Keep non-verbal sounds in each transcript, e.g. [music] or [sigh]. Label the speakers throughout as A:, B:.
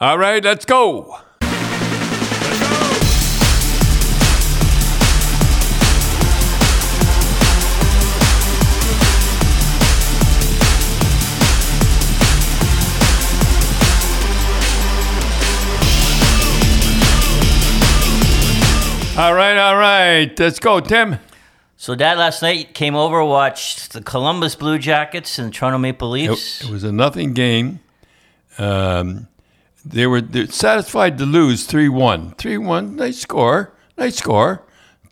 A: All right, let's go. All right, all right, let's go, Tim.
B: So Dad last night came over, watched the Columbus Blue Jackets and the Toronto Maple Leafs.
A: It, it was a nothing game. Um, they were they're satisfied to lose 3 1. 3 1, nice score. Nice score.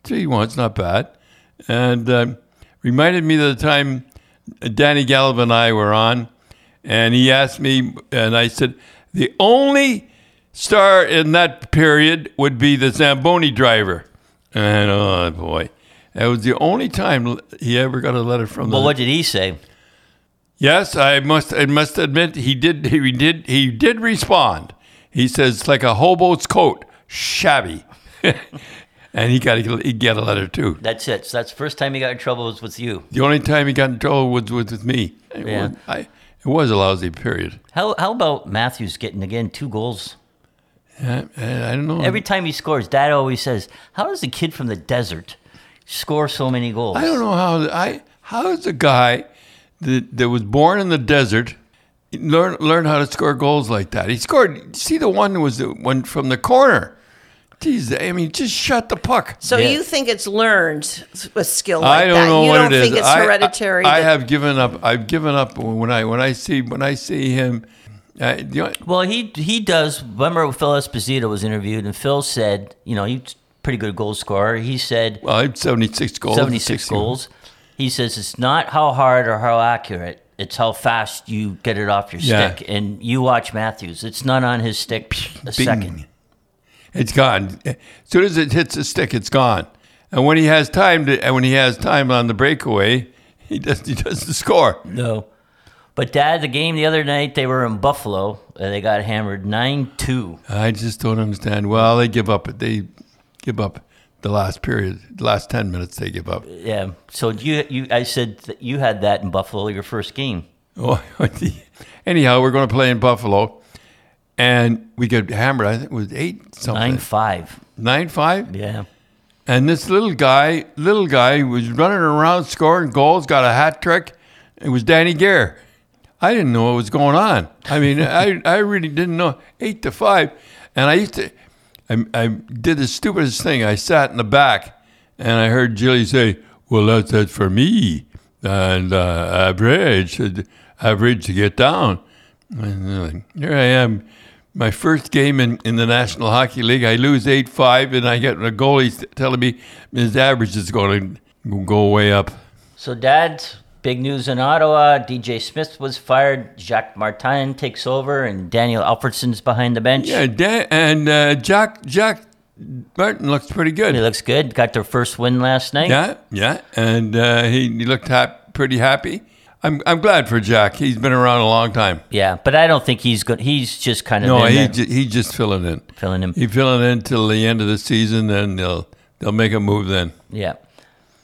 A: 3 1's not bad. And um, reminded me of the time Danny Gallup and I were on, and he asked me, and I said, the only star in that period would be the Zamboni driver. And oh boy, that was the only time he ever got a letter from the
B: well, what did he say?
A: Yes, I must. I must admit, he did. He did. He did respond. He says, "It's like a hobo's coat, shabby," [laughs] and he got. He got a letter too.
B: That's it. So that's the first time he got in trouble was with you.
A: The only time he got in trouble was, was with me. It
B: Yeah.
A: was, I, it was a lousy period.
B: How how about Matthews getting again two goals?
A: I, I, I don't know.
B: Every time he scores, Dad always says, How does the kid from the desert score so many goals?
A: I don't know how. I how is a guy that that was born in the desert learn learn how to score goals like that? He scored. See the one was the one from the corner. Jeez, I mean, just shut the puck.
C: So
B: Yeah.
C: you think it's learned with skill like
A: I don't
C: that?
A: know
C: you
A: what
C: don't
A: it is.
C: think it's
A: I- I-
C: hereditary?
A: I,
C: that-
A: have given up. I've given up when I when I see when I see him. uh, I, you know,
B: Well, he he does. Remember, when Phil Esposito was interviewed, and Phil said, you know, he's a pretty good goal scorer. He said
A: well, I'm 76 goals.
B: 76
A: 60.
B: goals. He says it's not how hard or how accurate; it's how fast you get it off your
A: Yeah.
B: stick. And you watch Matthews; it's not on his stick a
A: Bing.
B: second.
A: It's gone. As soon as it hits the stick, it's gone. And when he has time to, and when he has time on the breakaway, he does he doesn't score.
B: No. But Dad, the game the other night, they were in Buffalo and they got hammered nine two.
A: I just don't understand. Well, they give up. They give up the last period, the last 10 minutes. They give up.
B: Yeah. So you you I said that you had that in Buffalo your first game.
A: Oh, [laughs] anyhow, we're going to play in Buffalo, and we get hammered. I think it was eight something.
B: Nine five.
A: nine five.
B: Yeah.
A: And this little guy, little guy, was running around scoring goals, got a hat trick. It was Danny Gare. I didn't know what was going on. I mean, I, I really didn't know. Eight to five, and I used to, I, I did the stupidest thing. I sat in the back, and I heard Jilly say, "Well, that's it for me." And uh, average, uh, average to get down. And they're like, here I am, my first game in, in the National Hockey League. I lose 8 5, and I get a goalie telling me his average is going to go way up.
B: So, Dad, big news in Ottawa. DJ Smith was fired. Jacques Martin takes over, and Daniel Alfredson's behind the bench.
A: Yeah, Dan, and uh, Jack, Jack Martin looks pretty
B: He
A: good.
B: looks good. Got their first win last night.
A: Yeah, yeah. And uh, he, he looked hap- pretty happy. I'm, I'm glad for Jack. He's been around a long time.
B: Yeah, but I don't think he's good. He's just kind of
A: No,
B: in
A: he,
B: there,
A: ju- he just filling in.
B: filling him.
A: He filling in till the end of the season, then they'll they'll make a move then.
B: Yeah.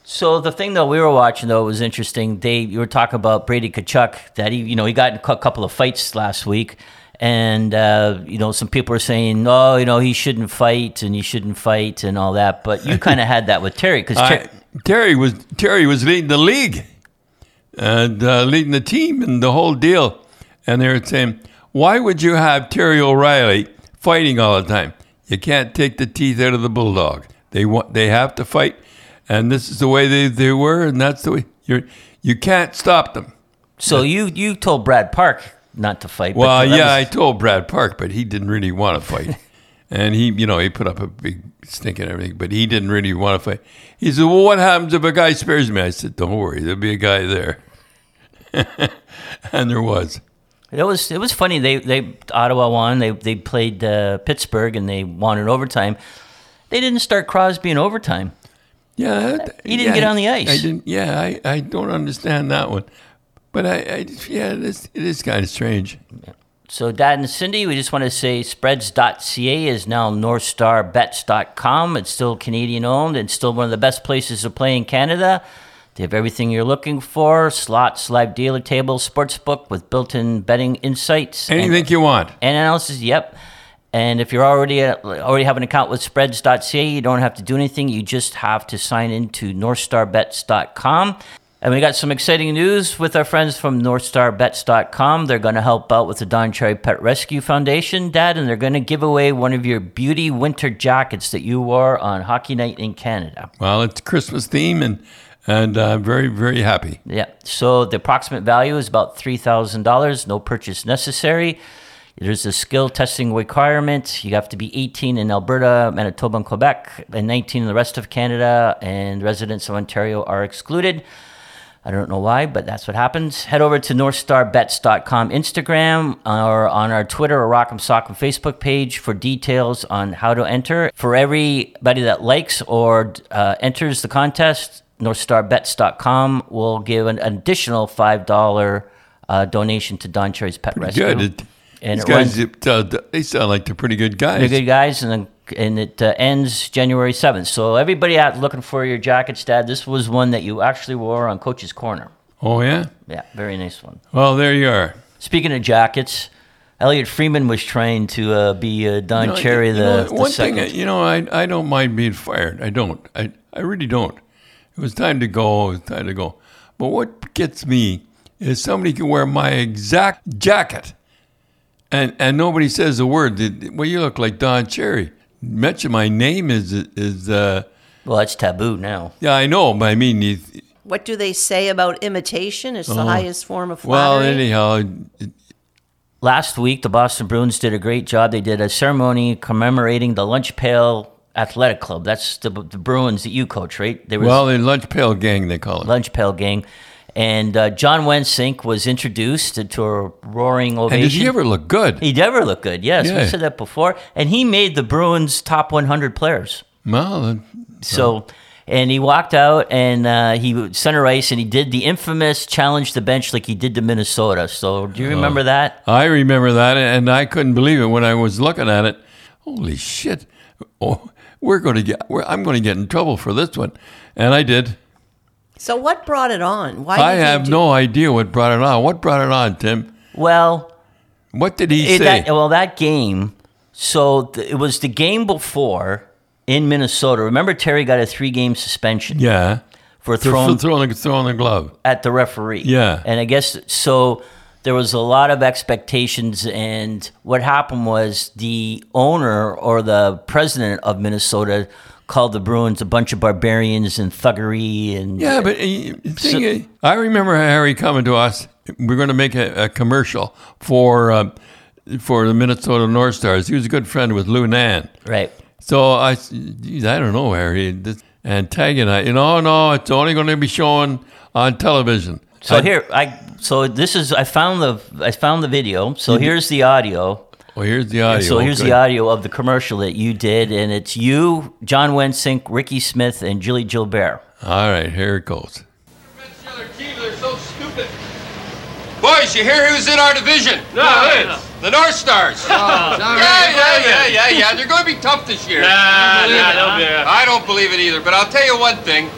B: So the thing though we were watching though was interesting. They you were talking about Brady Kachuk that he you know he got in a couple of fights last week, and uh, you know some people are saying oh you know he shouldn't fight and he shouldn't fight and all that. But
A: [laughs]
B: you kind of had that with Terry because
A: I- Terry was Terry was leading the league and uh, leading the team and the whole deal. And they were saying, "Why would you have Terry O'Reilly fighting all the time? You can't take the teeth out of the bulldog. They want they have to fight, and this is the way they, they were, and that's the way you're. You can't stop them."
B: So you you told Brad Park not to fight. but uh,
A: Well,
B: that
A: yeah, I
B: was-
A: told Brad Park, but he didn't really want to
B: [laughs]
A: fight. and he, you know, he put up a big stink and everything, but he didn't really want to fight. He said, Well, what happens if a guy spares me? I said, Don't worry, there'll be a guy there. [laughs] and there was.
B: it was it was funny. They they Ottawa won. They they played uh, Pittsburgh and they won in overtime. They didn't start Crosby in overtime.
A: Yeah. that-
B: He
A: yeah,
B: didn't get on the ice.
A: I didn't, yeah, I, I don't understand that one. But I, I just- yeah, it is, it is kind of strange.
B: So Dad and Cindy, we just want to say spreads.ca is now northstarbets.com. It's still Canadian owned and still one of the best places to play in Canada. They have everything you're looking for: slots, live dealer tables, sportsbook with built-in betting insights. and-
A: Anything you want.
B: and analysis. Yep. And if you're already at, already have an account with spreads.ca, you don't have to do anything. You just have to sign into northstarbets.com. And we got some exciting news with our friends from northstarbets.com. They're going to help out with the Don Cherry Pet Rescue Foundation, Dad, and they're going to give away one of your beauty winter jackets that you wore on Hockey Night in Canada.
A: Well, it's Christmas theme, and and uh, very very happy.
B: Yeah. So the approximate value is about three thousand dollars. No purchase necessary. There's a skill testing requirement. You have to be 18 in Alberta, Manitoba, and Quebec, and 19 in the rest of Canada. And residents of Ontario are excluded. I don't know why, but that's what happens. Head over to northstarbets.com Instagram or on our Twitter or Rock'em Sock'em Facebook page for details on how to enter. For everybody that likes or uh, enters the contest, northstarbets.com will give an additional $5 uh, donation to Don Cherry's Pet Rescue.
A: Good. It,
B: and
A: these
B: it runs-
A: guys, uh, they sound like they're pretty good guys.
B: they're good guys, and then and it uh, ends January seventh. So everybody out looking for your jackets, Dad. This was one that you actually wore on Coach's Corner.
A: Oh yeah.
B: Yeah, very nice one.
A: Well, there you are.
B: Speaking of jackets, Elliot Freeman was trying to uh, be uh, Don
A: know,
B: Cherry
A: you
B: the,
A: know,
B: the
A: one
B: second.
A: thing, you know, I, I don't mind being fired. I don't. I, I really don't. It was time to go. It was time to go. But what gets me is somebody can wear my exact jacket, and and nobody says a word. Did- Well, you look like Don Cherry. Mention my name is is. Uh,
B: well, that's taboo now.
A: yeah, I know. But I mean, you,
C: What do they say about imitation? It's the highest form of
A: Oh. well,
C: flattery.
A: anyhow, it-
B: Last week, the Boston Bruins did a great job. They did a ceremony commemorating the Lunch Pail Athletic Club. That's the, the Bruins that you coach, right? They were
A: well, the lunch pail gang they call it.
B: lunch pail gang. And uh, John Wensink was introduced to a roaring ovation.
A: and did he ever look good?
B: He never looked good. Yes, we
A: Yeah.
B: said that before. And he made the Bruins top 100 players.
A: well,
B: So, and he walked out and uh, he center ice and he did the infamous challenge the bench like he did to Minnesota. So, do you remember that?
A: I remember that, and I couldn't believe it when I was looking at it. Holy shit! Oh, we're going to get. We're, I'm going to get in trouble for this one, and I did.
C: so what brought it on? Why?
A: I
C: did they
A: have
C: do-
A: no idea what brought it on. What brought it on, Tim?
B: Well,
A: What did he
B: it-
A: say?
B: that, well, that game. So th- it was the game before in Minnesota. Remember, Terry got a three-game suspension
A: yeah,
B: for
A: They're
B: throwing
A: throwing the- throwing the glove.
B: at the referee.
A: Yeah.
B: And I guess so there was a lot of expectations and what happened was the owner or the president of Minnesota called the Bruins a bunch of barbarians and thuggery and
A: Yeah, but uh, you- thing, is, I remember Harry coming to us. We're going to make a, a commercial for uh, for the Minnesota North Stars. He was a good friend with Lou Nan.
B: right.
A: So I, s- geez, I don't know, Harry. This antagonize. You know, no, it's only going to be shown on television.
B: So
A: I-
B: here I so this is I found the I found the video. So
A: Mm-hmm.
B: here's the audio.
A: well, Oh, here's the audio.
B: So here's
A: Okay.
B: the audio of the commercial that you did and it's you, John Wensink, Ricky Smith and Julie Gilbert.
A: All right, here it goes.
D: They're so stupid.
E: Boys, you hear who's in our division?
D: No, Oh, it's.
E: The North Stars. [laughs] yeah, yeah, yeah, yeah, yeah. They're going to be tough this year.
D: Nah, nah, don't be. uh,
E: I don't believe it either, but I'll tell you one thing.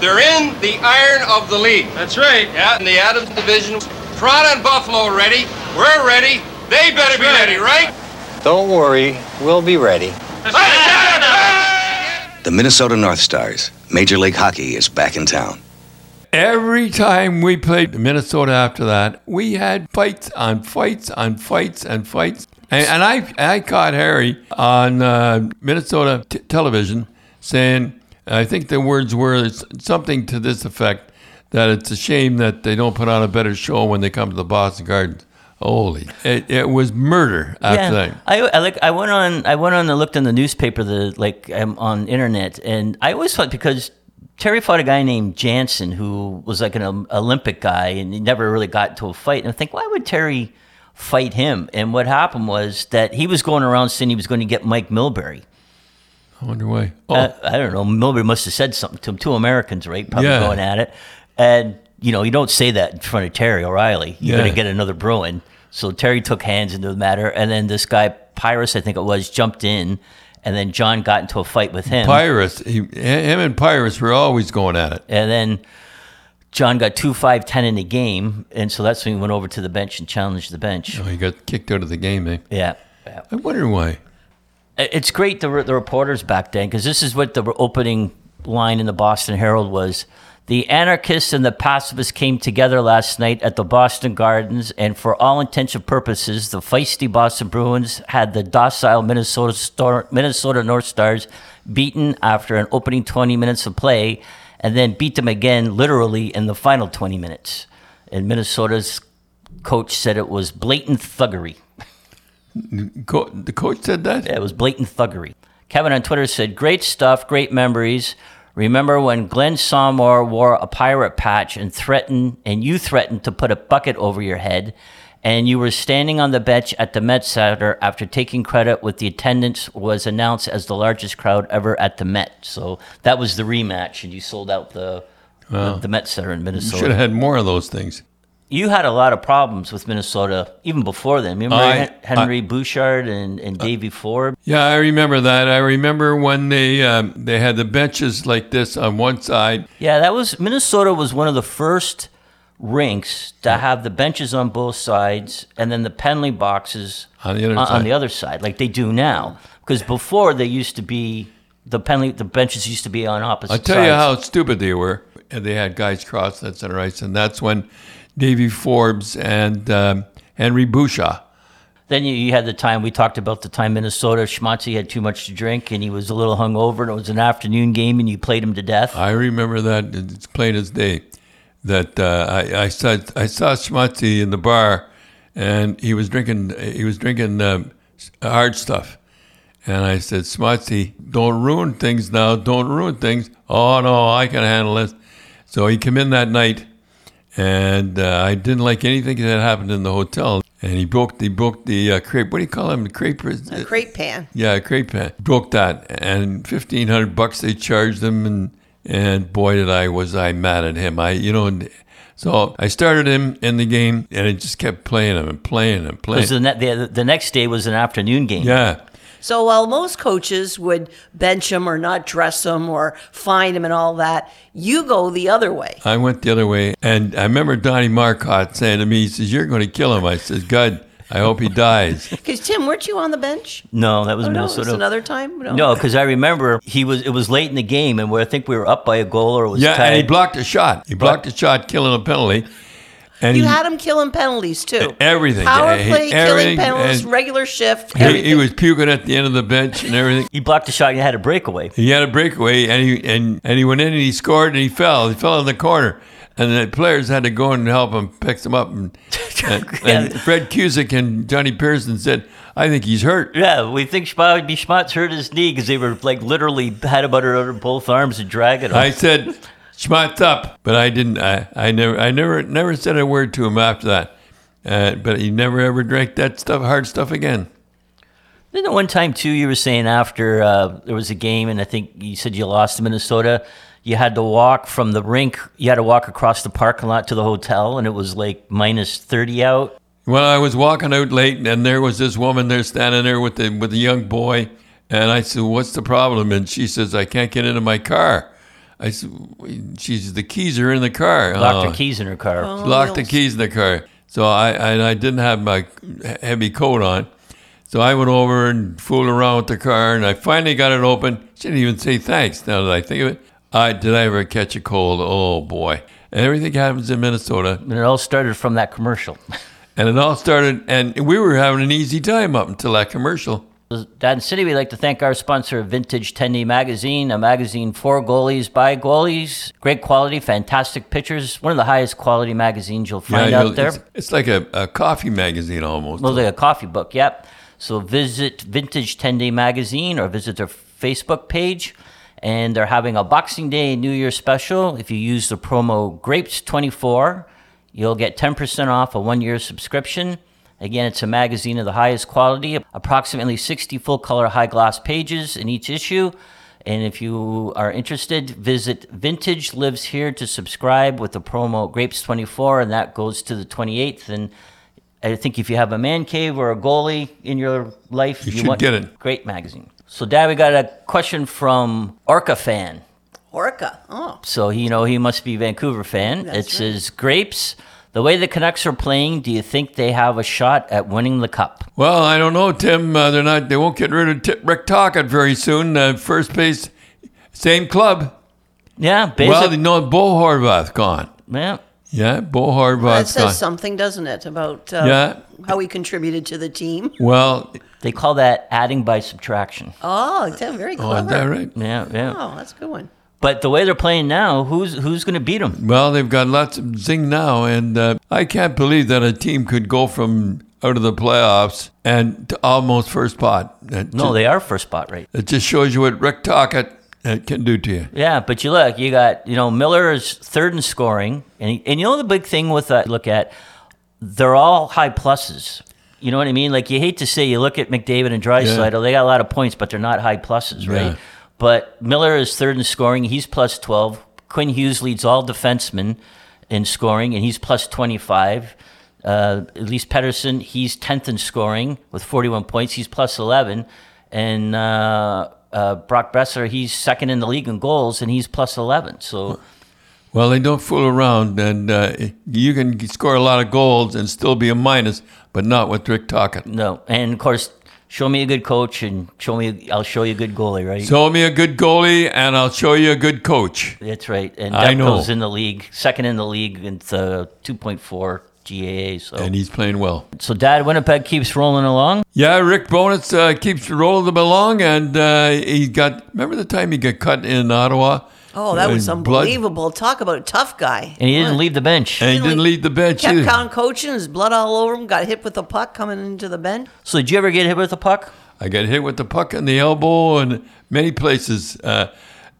E: They're in the iron of the league.
D: That's right.
E: Yeah, in the Adams division. Toronto and Buffalo are ready. We're ready. They better be
D: right.
E: ready, right?
F: Don't worry, we'll be ready.
D: That's right.
G: The Minnesota North Stars. Major League Hockey is back in town.
A: Every time we played Minnesota after that, we had fights on fights on fights and fights. And, and I, I caught Harry on uh, Minnesota t- television saying, I think the words were s- something to this effect that it's a shame that they don't put on a better show when they come to the Boston Gardens. Holy, it, it was murder after that.
B: I, I like I went on I went on and looked in the newspaper the like um, on internet and I always thought because Terry fought a guy named Jansen who was like an um, Olympic guy and he never really got into a fight and I think why would Terry fight him and what happened was that he was going around saying he was going to get Mike Milbury.
A: I wonder why. Oh,
B: Uh, I don't know. Milbury must have said something to him. Two Americans, right? Probably
A: Yeah.
B: going at it. And, you know, you don't say that in front of Terry O'Reilly. You're
A: Yeah.
B: going to get another Bruin. So Terry took hands into the matter. And then this guy, Pyrus, I think it was, jumped in. And then John got into a fight with him.
A: Pyrus, he, him and Pyrus were always going at it.
B: and then John got two, five, ten in the game. And so that's when he went over to the bench and challenged the bench.
A: Oh, he got kicked out of the game, eh?
B: Yeah. Yeah.
A: I wonder why.
B: It- It's great the, re- the reporters back then because this is what the re- opening line in the Boston Herald was. The anarchists and the pacifists came together last night at the Boston Gardens, and for all intents and purposes, the feisty Boston Bruins had the docile Minnesota, Star- Minnesota North Stars beaten after an opening 20 minutes of play, and then beat them again, literally, in the final 20 minutes. And Minnesota's coach said it was blatant thuggery.
A: Co- the coach said that.
B: Yeah, it was blatant thuggery. Kevin on Twitter said, Great stuff, great memories. Remember when Glenn Somore wore a pirate patch and threatened, and you threatened to put a bucket over your head, and you were standing on the bench at the Met Center after taking credit with the attendance was announced as the largest crowd ever at the Met. So that was the rematch, and you sold out the the, the Met Center in Minnesota.
A: Should have had more of those things.
B: You had a lot of problems with Minnesota even before then. Remember
A: I-
B: Hen- Henry Bouchard and, and Davey Ford?
A: Yeah, I remember that. I remember when they um, they had the benches like this on one side.
B: Yeah, that was Minnesota was one of the first rinks to have the benches on both sides and then the penalty boxes
A: On the other
B: on
A: side.
B: the other side, like they do now. Because before they used to be the penalty, the benches used to be on opposite.
A: I'll tell
B: sides.
A: you how stupid they were. And they had guys cross that center ice, and that's when Davy Forbes and um, Henry Bouchard.
B: Then you, you had the time we talked about the time Minnesota Schmatzi had too much to drink and he was a little hungover and it was an afternoon game and you played him to death.
A: I remember that it's plain as day. That uh, I, I saw I saw Schmatzi in the bar, and he was drinking he was drinking um, hard stuff, and I said, Schmatzi, don't ruin things now. Don't ruin things. Oh no, I can handle this. So he came in that night, and uh, I didn't like anything that happened in the hotel. And he broke he broke the uh, crepe. What do you call them? The crepe.
C: A crepe pan.
A: Yeah, crepe pan. Broke that, and fifteen hundred bucks they charged him, and and boy did I was I mad at him. I you know, and so I started him in the game, and I just kept playing him and playing and playing.
B: Because the, ne- the, the next day was an afternoon game.
A: yeah,
C: So while most coaches would bench him or not dress him or fine him and all that, you go the other way.
A: I went the other way, and I remember Donnie Marcotte saying to me, "He says you're going to kill him." I says, "God, I hope he
C: [laughs]
A: dies."
C: Because Tim, weren't you on the bench?
B: No, that was
C: Oh no, it's
B: Minnesota.
C: another time. No.
B: No, because I remember he was. It was late in the game, and where I think we were up by a goal or it was
A: yeah,
B: tied.
A: and he blocked a shot. He blocked a shot, killing a penalty. And
C: You
A: he-
C: had him killing penalties too.
A: Everything.
C: Power
A: Yeah, he-
C: play,
A: everything,
C: killing penalties,
A: and-
C: regular shift.
A: he,
C: Everything.
A: he was puking at the end of the bench and everything.
B: He blocked the shot and had a breakaway.
A: He had a breakaway and he and, and he went in and he scored and he fell. He fell in the corner. And the players had to go in and help him pick him up. And, and, and Fred Cusick and Johnny Pearson said, I think he's hurt.
B: Yeah, we think Schmatz, Schmatz hurt his knee because they were like literally had him under, under both arms and dragging him.
A: I said, Schmatz up. But I didn't I, I never I never never said a word to him after that. Uh, but he never ever drank that stuff hard stuff again.
B: then at one time too, you were saying after uh, there was a game, and I think you said you lost to Minnesota. You had to walk from the rink. You had to walk across the parking lot to the hotel, and it was like minus thirty out.
A: Well, I was walking out late, and there was this woman there standing there with the with a young boy, and I said, "What's the problem?" And she says, "I can't get into my car." I said, "She says the keys are in the car.
B: Locked
A: Oh,
B: her keys in her car.
A: locked the keys in the car." So I and I didn't have my heavy coat on, so I went over and fooled around with the car, and I finally got it open. She didn't even say thanks. Now that I think of it, I did I ever catch a cold? Oh boy! Everything happens in Minnesota.
B: And it all started from that commercial.
A: And it all started, and we were having an easy time up until that commercial.
B: Don City, we'd like to thank our sponsor, Vintage 10D Magazine, a magazine for goalies by goalies. Great quality, fantastic pictures. One of the highest quality magazines you'll find
A: Yeah, you know,
B: out there.
A: It's, it's like a, a coffee magazine almost.
B: Well, like a coffee book, yep. So visit Vintage 10 Day Magazine or visit their Facebook page. And they're having a Boxing Day New Year special. If you use the promo GRAPES24, you'll get 10% off a one year subscription. Again, it's a magazine of the highest quality, approximately 60 full color high gloss pages in each issue. And if you are interested, visit Vintage Lives Here to subscribe with the promo GRAPES24, and that goes to the 28th. And I think if you have a man cave or a goalie in your life,
A: You should get it.
B: Great magazine. So, Dad, we got a question from Orca fan.
C: Orca. Oh,
B: So he- you know he must be a Vancouver fan. it
C: That's
B: says grapes. The way the Canucks are playing, do you think they have a shot at winning the cup?
A: Well, I don't know, Tim. Uh, they're not. They won't get rid of Tip Rick Tockett very soon. Uh, first base, same club.
B: Yeah, basic,
A: Well, you know, Bo Horvath gone.
B: yeah.
A: Yeah, Bo
C: That
A: Horvath gone.
C: says something, doesn't it, about uh,
A: Yeah.
C: how he contributed to the team? [laughs]
A: Well,
B: They call that adding by subtraction.
C: Oh, it's a very
A: oh, is
C: clever.
A: that right?
B: Yeah, yeah.
C: Oh, that's a good one.
B: But the way they're playing now, who's who's going to beat them?
A: Well, they've got lots of zing now, and uh, I can't believe that a team could go from out of the playoffs and to almost first spot. That
B: No,
A: ju-
B: they are first spot right.
A: It just shows you what Rick Tockett uh, can do to you.
B: Yeah, but you look, you got you know Miller is third in scoring, and and you know the big thing with that look at, they're all high pluses. You know what I mean? Like you hate to say you look at McDavid and Drysdale, they got a lot of points, but they're not high pluses, right?
A: Yeah.
B: But Miller is third in scoring; he's plus twelve. Quinn Hughes leads all defensemen in scoring, and he's plus twenty five. Uh, Elise Pettersson, he's tenth in scoring with forty one points. He's plus eleven, and uh, uh, Brock Besser, he's second in the league in goals, and he's plus eleven. So
A: Well, they don't fool around, and uh, you can score a lot of goals and still be a minus, but not with Rick Tockett.
B: no, and of course, show me a good coach, and show me, I'll show you a good goalie, right?
A: Show me a good goalie, and I'll show you a good coach.
B: That's right. And
A: I
B: Demko's
A: know.
B: in the league, second in the league with uh, 2.4 GAA. So,
A: And he's playing well.
B: so Dad, Winnipeg keeps rolling along.
A: Yeah, Rick Bonus uh, keeps rolling them along, and uh, he got. Remember the time he got cut in Ottawa?
C: Oh, that
A: Uh,
C: was
A: blood?
C: unbelievable. Talk about a tough guy.
B: And he didn't leave the bench.
A: and he didn't leave the bench
C: Kept
A: either.
C: on coaching, his blood all over him, got hit with a puck coming into the bench.
B: So did you ever get hit with a puck?
A: I got hit with the puck in the elbow and many places uh,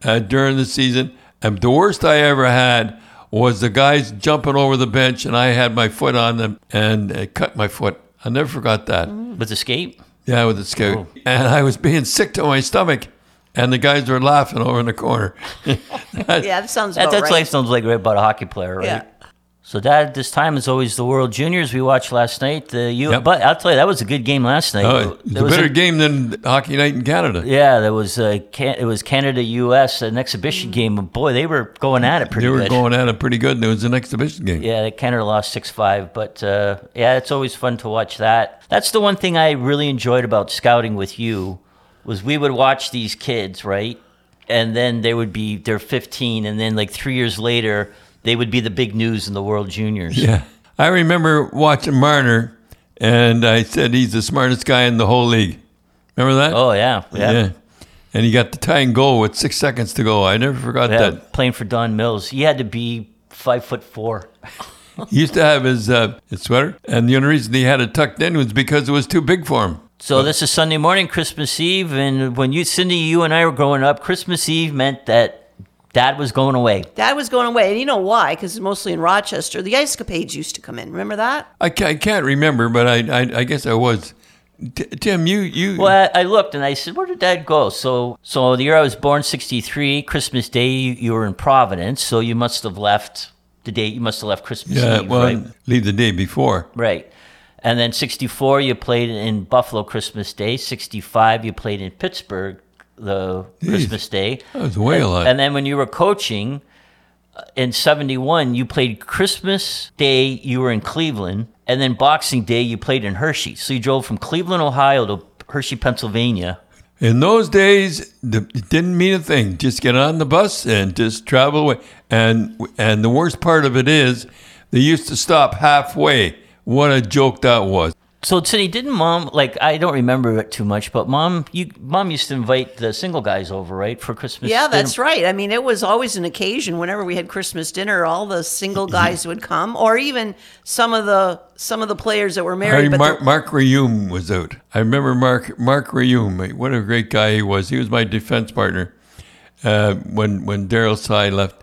A: uh, during the season. And the worst I ever had was the guys jumping over the bench, and I had my foot on them and it cut my foot. I never forgot that.
B: With the skate?
A: Yeah, with a scout.
B: Oh.
A: And I was being sick to my stomach, and the guys were laughing over in the corner.
C: Yeah, that sounds
B: That,
C: about
B: that's
C: right.
B: like sounds like right about a hockey player, right?
C: yeah.
B: So Dad, this time is always the World Juniors we watched last night. The U-
A: Yep.
B: But I'll tell you, that was a good game last night.
A: Uh, it's
B: There
A: a
B: was
A: better game than Hockey Night in Canada.
B: Yeah, there was uh, can- it was Canada U.S. an
C: Mm.
B: exhibition game. Boy, they were going at it pretty.
A: They were
B: good.
A: going at it pretty good, and it was an exhibition game.
B: Yeah, Canada lost six five, but uh, yeah, it's always fun to watch that. That's the one thing I really enjoyed about scouting with you was we would watch these kids, right? And then they would be they're fifteen, and then like three years later, they would be the big news in the World
A: [laughs]
B: Juniors.
A: Yeah. I remember watching Marner, and I said he's the smartest guy in the whole league. Remember that?
B: Oh yeah, yeah.
A: And he got the tying goal with six seconds to go. I never forgot
B: Yeah,
A: that.
B: playing for Don Mills, he had to be five foot four.
A: He used to have his, uh, his sweater, and the only reason he had it tucked in was because it was too big for him.
B: So this is Sunday morning, Christmas Eve, and when you, Cindy, you and I were growing up, Christmas Eve meant that Dad was going away.
C: Dad was going away, and you know why? Because mostly in Rochester, the ice capades used to come in. Remember that?
A: I can't, I can't remember, but I, I, I guess I was. T- Tim, you. you
B: Well, I, I looked and I said, "Where did Dad go?" So, so the year I was born, '63, Christmas Day, you, you were in Providence, so you must have left the day. You must have left Christmas
A: Yeah,
B: Eve,
A: well,
B: right?
A: leave the day before.
B: Right. And then '64, you played in Buffalo Christmas Day. '65, you played in Pittsburgh the Christmas Day.
A: That was way a lot.
B: And then when you were coaching uh, in 71, you played Christmas Day, you were in Cleveland, and then Boxing Day, you played in Hershey. So you drove from Cleveland, Ohio to Hershey, Pennsylvania.
A: In those days, the, it didn't mean a thing. Just get on the bus and just travel away. And and the worst part of it is, they used to stop halfway. What a joke that was!
B: So, Cindy, didn't mom, like, I don't remember it too much, but mom, you, mom used to invite the single guys over, right, for Christmas?
C: Yeah, that's
B: dinner?
C: right. I mean, it was always an occasion. Whenever we had Christmas dinner, all the
B: [laughs]
C: single guys would come, or even some of the some of the players that were
A: I
C: married.
A: mean,
C: but
A: Mark,
C: the-
A: Mark Reum was out. I remember Mark Mark Reum. What a great guy he was. He was my defense partner uh, when when Daryl Sy left.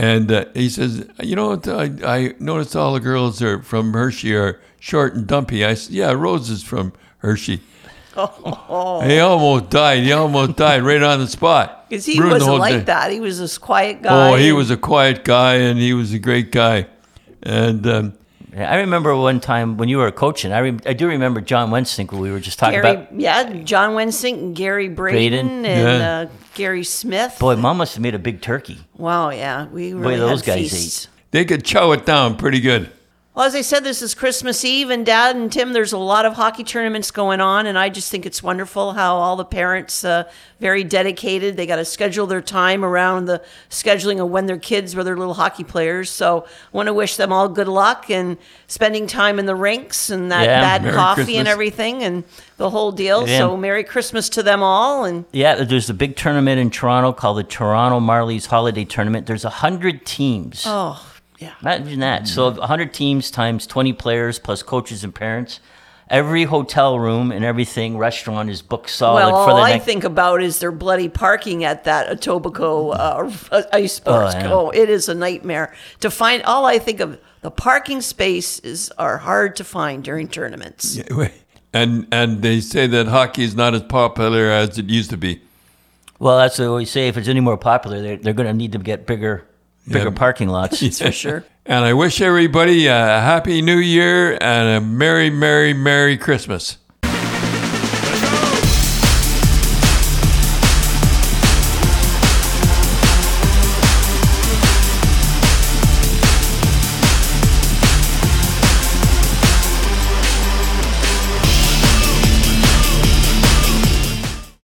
A: And uh, he says, you know, what? I, I noticed all the girls are from Hershey are short and dumpy. I said, yeah, Rose is from Hershey.
C: Oh.
A: He almost died. He almost died right on the spot.
C: [laughs] Because he
A: Ruined the
C: wasn't
A: whole
C: like
A: day.
C: that. He was this quiet guy.
A: Oh, he
C: and-
A: was a quiet guy, and he was a great guy. And um,
B: Yeah, I remember one time when you were coaching, I, rem I do remember John Wensink, we were just talking
C: Gary.
B: about.
C: yeah, John Wensink and Gary Braden,
B: Braden.
C: and
A: Yeah.
C: uh, Gary Smith.
B: Boy, mom must have made a big turkey.
C: Wow, yeah, we really
B: those
C: had
B: guys
C: feasts.
A: they could chow it down pretty good.
C: Well, as I said, this is Christmas Eve, and Dad and Tim, there's a lot of hockey tournaments going on, and I just think it's wonderful how all the parents uh, very dedicated. They got to schedule their time around the scheduling of when their kids were their little hockey players. So, I want to wish them all good luck and spending time in the rinks and that,
B: Yeah.
C: that
A: Merry
C: coffee and
A: Christmas.
C: everything and the whole deal.
B: Yeah.
C: So, Merry Christmas to them all, and
B: Yeah, there's a big tournament in Toronto called the Toronto Marlies Holiday Tournament. There's a hundred teams.
C: oh, yeah.
B: Imagine that. So 100 teams times 20 players plus coaches and parents. Every hotel room and everything restaurant is booked solid
C: Well,
B: for
C: all
B: the
C: I
B: next.
C: think about is their bloody parking at that Etobicoke uh, [laughs] ice park.
B: yeah.
C: Oh, it is a nightmare to find. All I think of the parking spaces are hard to find during tournaments.
A: [laughs] And and they say that hockey is not as popular as it used to be.
B: well, that's what we say. If it's any more popular, they're, they're going to need to get bigger, bigger parking
A: [laughs]
B: lots.
C: That's for sure.
A: And I wish everybody a happy new year and a merry, merry, merry Christmas.